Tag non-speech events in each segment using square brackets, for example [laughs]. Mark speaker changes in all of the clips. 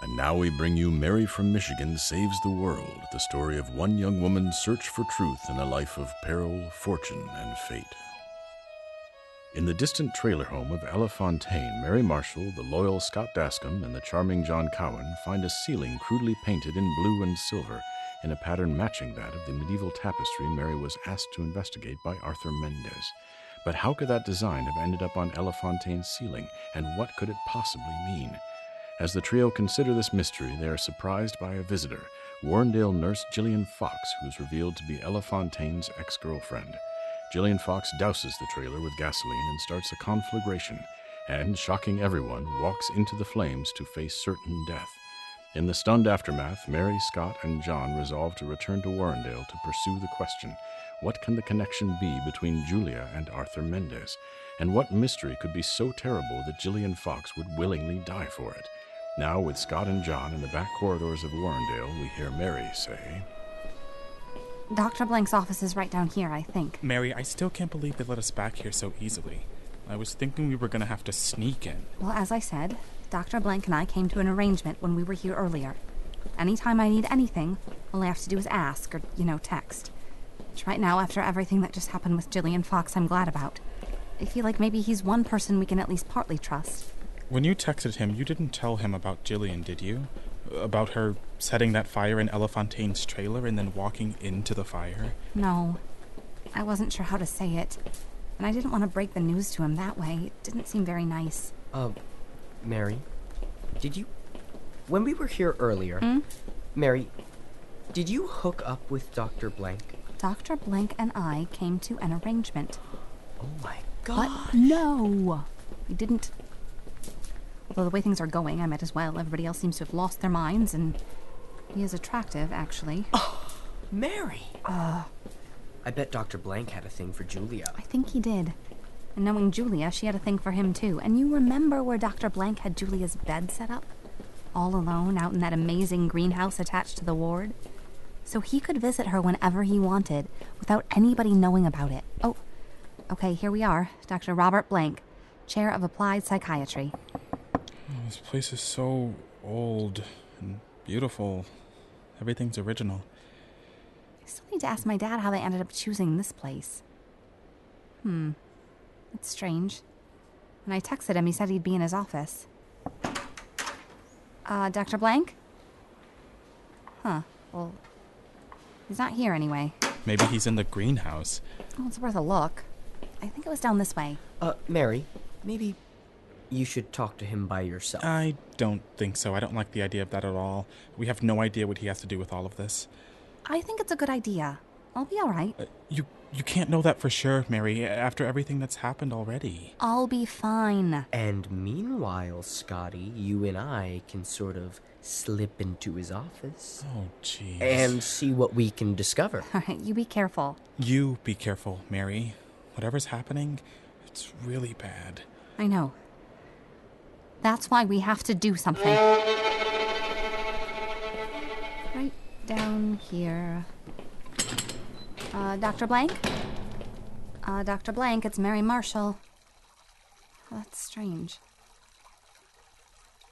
Speaker 1: And now we bring you Mary from Michigan Saves the World, the story of one young woman's search for truth in a life of peril, fortune, and fate. In the distant trailer home of Ella Fontaine, Mary Marshall, the loyal Scott Dascom, and the charming John Cowan find a ceiling crudely painted in blue and silver in a pattern matching that of the medieval tapestry Mary was asked to investigate by Arthur Mendez. But how could that design have ended up on Ella Fontaine's ceiling, and what could it possibly mean? As the trio consider this mystery, they are surprised by a visitor, Warrendale nurse Gillian Fox, who is revealed to be Ella Fontaine's ex girlfriend. Gillian Fox douses the trailer with gasoline and starts a conflagration, and, shocking everyone, walks into the flames to face certain death. In the stunned aftermath, Mary, Scott, and John resolve to return to Warrendale to pursue the question what can the connection be between Julia and Arthur Mendez? And what mystery could be so terrible that Gillian Fox would willingly die for it? Now, with Scott and John in the back corridors of Warrendale, we hear Mary say,
Speaker 2: Dr. Blank's office is right down here, I think.
Speaker 3: Mary, I still can't believe they let us back here so easily. I was thinking we were going to have to sneak in.
Speaker 2: Well, as I said, Dr. Blank and I came to an arrangement when we were here earlier. Anytime I need anything, all I have to do is ask or, you know, text. Which right now, after everything that just happened with Gillian Fox, I'm glad about. I feel like maybe he's one person we can at least partly trust.
Speaker 3: When you texted him, you didn't tell him about Jillian, did you? About her setting that fire in Elephantaine's trailer and then walking into the fire?
Speaker 2: No. I wasn't sure how to say it. And I didn't want to break the news to him that way. It didn't seem very nice.
Speaker 4: Uh, Mary, did you. When we were here earlier, Mary, did you hook up with Dr. Blank?
Speaker 2: Dr. Blank and I came to an arrangement.
Speaker 4: Oh my god.
Speaker 2: But no! We didn't. Well, the way things are going, I might as well. Everybody else seems to have lost their minds, and he is attractive, actually.
Speaker 4: Mary! I bet Dr. Blank had a thing for Julia.
Speaker 2: I think he did. And knowing Julia, she had a thing for him too. And you remember where Dr. Blank had Julia's bed set up? All alone, out in that amazing greenhouse attached to the ward? So he could visit her whenever he wanted, without anybody knowing about it. Oh, okay, here we are. Dr. Robert Blank, Chair of Applied Psychiatry.
Speaker 3: This place is so old and beautiful. Everything's original.
Speaker 2: I still need to ask my dad how they ended up choosing this place. Hmm. It's strange. When I texted him, he said he'd be in his office. Uh, Dr. Blank? Huh. Well, he's not here anyway.
Speaker 3: Maybe he's in the greenhouse.
Speaker 2: Well, it's worth a look. I think it was down this way.
Speaker 4: Uh, Mary, maybe you should talk to him by yourself.
Speaker 3: I don't think so. I don't like the idea of that at all. We have no idea what he has to do with all of this.
Speaker 2: I think it's a good idea. I'll be all right.
Speaker 3: You you can't know that for sure, Mary, after everything that's happened already.
Speaker 2: I'll be fine. [laughs]
Speaker 4: and meanwhile, Scotty, you and I can sort of slip into his office
Speaker 3: Oh, jeez.
Speaker 4: and see what we can discover.
Speaker 2: All right, you be careful.
Speaker 3: You be careful, Mary. Whatever's happening, it's really bad.
Speaker 2: I know. That's why we have to do something. Right down here. Uh, Dr. Blank? Uh, Dr. Blank, it's Mary Marshall. That's strange.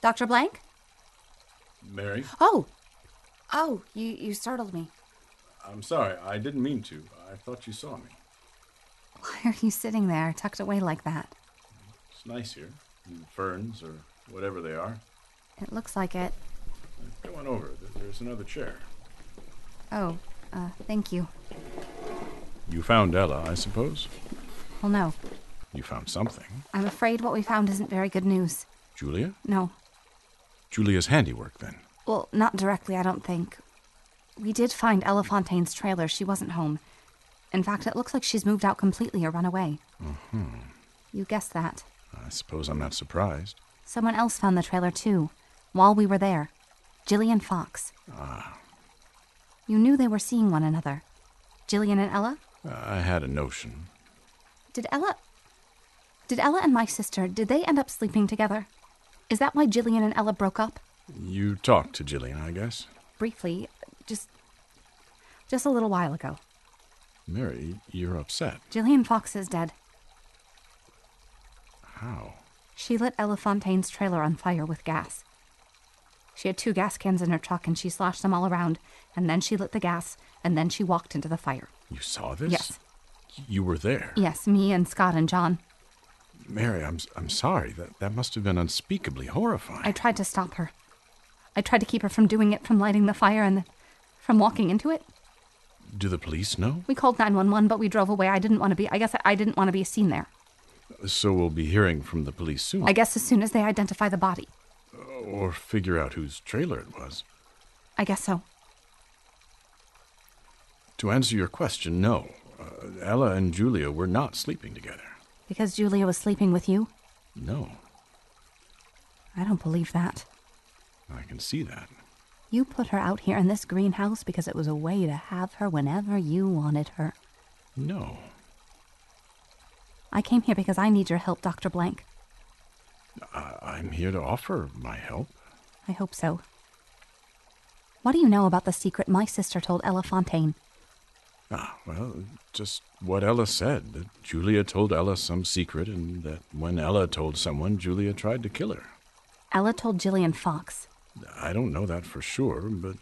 Speaker 2: Dr. Blank?
Speaker 1: Mary,
Speaker 2: Oh! Oh, you, you startled me. [laughs]
Speaker 1: I'm sorry, I didn't mean to. I thought you saw me.
Speaker 2: Why are you sitting there, tucked away like that?
Speaker 1: It's nice here. And ferns, or whatever they are.
Speaker 2: It looks like it.
Speaker 1: Go on over. There- There's another chair.
Speaker 2: Oh, uh, thank you.
Speaker 1: You found Ella, I suppose?
Speaker 2: Well, no.
Speaker 1: You found something.
Speaker 2: I'm afraid what we found isn't very good news.
Speaker 1: Julia?
Speaker 2: No,
Speaker 1: Julia's handiwork, then.
Speaker 2: Well, not directly, I don't think. We did find Ella Fontaine's trailer. She wasn't home. In fact, it looks like she's moved out completely or run away. You guessed that.
Speaker 1: I suppose I'm not surprised.
Speaker 2: Someone else found the trailer too, while we were there. Gillian Fox.
Speaker 1: Ah,
Speaker 2: You knew they were seeing one another. Gillian and Ella?
Speaker 1: I had a notion.
Speaker 2: Did Ella. Did Ella and my sister, did they end up sleeping together? Is that why Gillian and Ella broke up?
Speaker 1: You talked to Gillian, I guess.
Speaker 2: Briefly, just. just a little while ago.
Speaker 1: Mary, you're upset.
Speaker 2: Gillian Fox is dead.
Speaker 1: How?
Speaker 2: She lit Ella Fontaine's trailer on fire with gas. She had two gas cans in her truck and she sloshed them all around, and then she lit the gas, and then she walked into the fire.
Speaker 1: You saw this?
Speaker 2: Yes.
Speaker 1: You were there.
Speaker 2: Yes, me and Scott and John.
Speaker 1: Mary, I'm, I'm sorry. That, that must have been unspeakably horrifying.
Speaker 2: I tried to stop her. I tried to keep her from doing it, from lighting the fire, and from walking into it.
Speaker 1: Do the police know?
Speaker 2: We called 911, but we drove away. I didn't want to be, I guess I didn't want to be seen there.
Speaker 1: So we'll be hearing from the police soon. Uh,
Speaker 2: I guess as soon as they identify the body.
Speaker 1: Or figure out whose trailer it was.
Speaker 2: I guess so.
Speaker 1: To answer your question, no. Uh, Ella and Julia were not sleeping together.
Speaker 2: Because Julia was sleeping with you?
Speaker 1: No,
Speaker 2: I don't believe that.
Speaker 1: I can see that.
Speaker 2: You put her out here in this greenhouse because it was a way to have her whenever you wanted her.
Speaker 1: No.
Speaker 2: I came here because I need your help, Dr. Blank.
Speaker 1: I- I'm here to offer my help.
Speaker 2: I hope so. What do you know about the secret my sister told Ella Fontaine?
Speaker 1: Ah, well, just what Ella said that Julia told Ella some secret, and that when Ella told someone, Julia tried to kill her.
Speaker 2: Ella told Gillian Fox.
Speaker 1: I don't know that for sure, but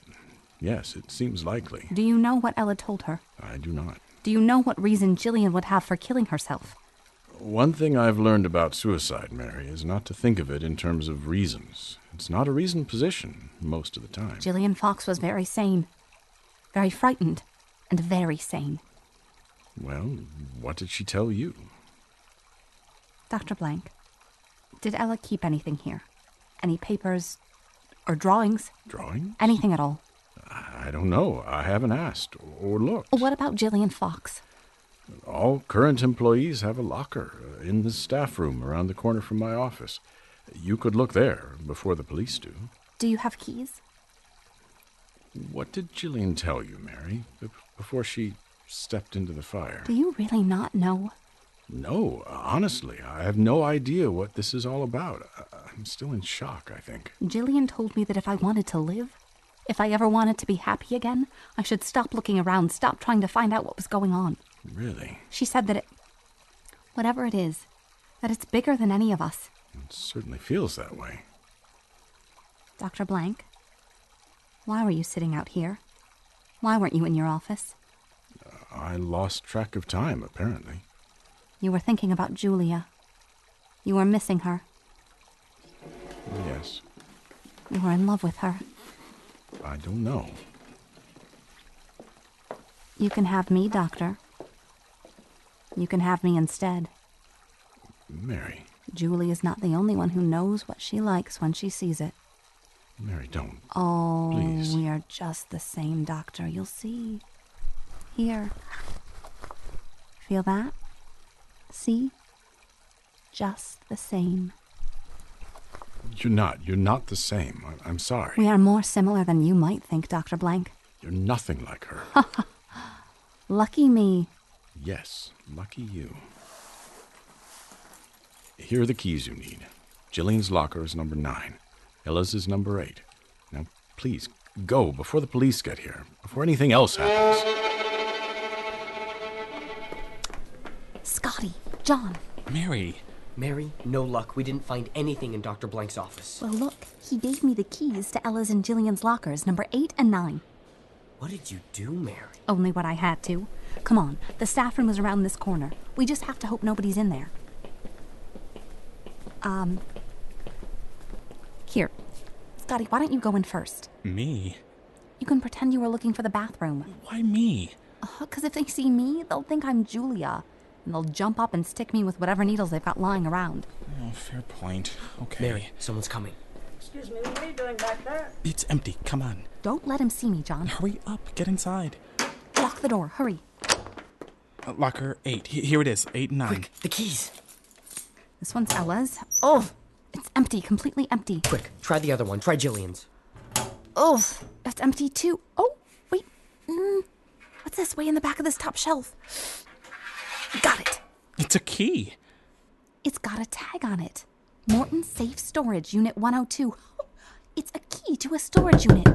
Speaker 1: yes, it seems likely.
Speaker 2: Do you know what Ella told her?
Speaker 1: I do not.
Speaker 2: Do you know what reason Gillian would have for killing herself?
Speaker 1: One thing I've learned about suicide, Mary, is not to think of it in terms of reasons. It's not a reason position most of the time.
Speaker 2: Gillian Fox was very sane, very frightened, and very sane.
Speaker 1: Well, what did she tell you?
Speaker 2: Dr. Blank, did Ella keep anything here? Any papers or drawings?
Speaker 1: Drawing?
Speaker 2: Anything at all?
Speaker 1: I don't know. I haven't asked or looked.
Speaker 2: What about Gillian Fox?
Speaker 1: All current employees have a locker uh, in the staff room around the corner from my office. You could look there before the police do.
Speaker 2: Do you have keys?
Speaker 1: What did Gillian tell you, Mary, b- before she stepped into the fire?
Speaker 2: Do you really not know?
Speaker 1: No, honestly, I have no idea what this is all about. I- I'm still in shock, I think.
Speaker 2: Gillian told me that if I wanted to live, if I ever wanted to be happy again, I should stop looking around, stop trying to find out what was going on.
Speaker 1: Really?
Speaker 2: She said that it. whatever it is, that it's bigger than any of us.
Speaker 1: It certainly feels that way.
Speaker 2: Dr. Blank, why were you sitting out here? Why weren't you in your office?
Speaker 1: I lost track of time, apparently.
Speaker 2: You were thinking about Julia. You were missing her.
Speaker 1: Yes,
Speaker 2: You were in love with her.
Speaker 1: I don't know.
Speaker 2: You can have me, Doctor. You can have me instead.
Speaker 1: Mary,
Speaker 2: Julie is not the only one who knows what she likes when she sees it.
Speaker 1: Mary, don't.
Speaker 2: Oh,
Speaker 1: Please.
Speaker 2: we are just the same, Doctor. You'll see. Here. Feel that? See? Just the same.
Speaker 1: You're not. You're not the same. I- I'm sorry.
Speaker 2: We are more similar than you might think, Dr. Blank.
Speaker 1: You're nothing like her.
Speaker 2: Lucky me.
Speaker 1: yes, lucky you. Here are the keys you need. Jillian's locker is number nine. Ella's is number eight. Now, please, go before the police get here, before anything else happens.
Speaker 2: Scotty, John.
Speaker 3: Mary,
Speaker 4: Mary, no luck. We didn't find anything in Dr. Blank's office.
Speaker 2: Well, look, he gave me the keys to Ella's and Jillian's lockers, number eight and nine.
Speaker 4: What did you do, Mary?
Speaker 2: Only what I had to. Come on, the staff room is around this corner. We just have to hope nobody's in there. Um. Here. Scotty, why don't you go in first?
Speaker 3: me?
Speaker 2: You can pretend you were looking for the bathroom.
Speaker 3: Why me?
Speaker 2: Because if they see me, they'll think I'm Julia. And they'll jump up and stick me with whatever needles they've got lying around.
Speaker 3: Oh, fair point. Okay.
Speaker 4: Mary, someone's coming.
Speaker 5: Excuse me, what are you doing back there?
Speaker 3: It's empty. Come on.
Speaker 2: Don't let him see me, John.
Speaker 3: Hurry up. Get inside.
Speaker 2: Lock the door, hurry.
Speaker 3: Uh, locker eight. He- here it is. Eight and nine.
Speaker 4: Quick, the keys.
Speaker 2: This one's Ella's. Oh! It's empty, completely empty.
Speaker 4: Quick, try the other one. Try Jillian's.
Speaker 2: Oh, it's empty too. Oh, wait. Mm, what's this way in the back of this top shelf? Got it.
Speaker 3: It's a key.
Speaker 2: It's got a tag on it. Morton Safe Storage Unit 102. Oh, [gasps] It's a key to a storage unit.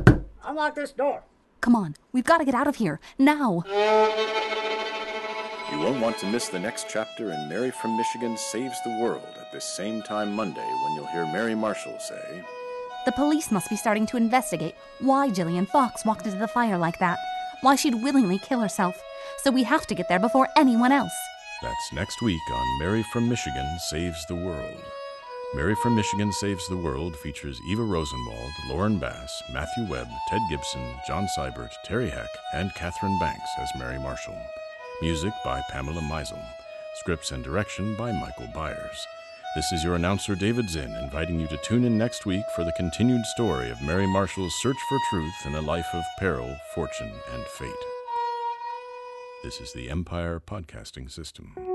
Speaker 5: Unlock this door.
Speaker 2: Come on, we've got to get out of here now.
Speaker 1: You won't want to miss the next chapter in Mary from Michigan Saves the World at this same time Monday when you'll hear Mary Marshall say,
Speaker 2: The police must be starting to investigate why Gillian Fox walked into the fire like that, why she'd willingly kill herself. So we have to get there before anyone else.
Speaker 1: That's next week on Mary from Michigan Saves the World. Mary from Michigan Saves the World features Eva Rosenwald, Lauren Bass, Matthew Webb, Ted Gibson, John Seibert, Terry Heck, and Catherine Banks as Mary Marshall. Music by Pamela Meisel. Scripts and direction by Michael Byers. This is your announcer, David Zinn, inviting you to tune in next week for the continued story of Mary Marshall's search for truth in a life of peril, fortune, and fate. This is the Empire Podcasting System.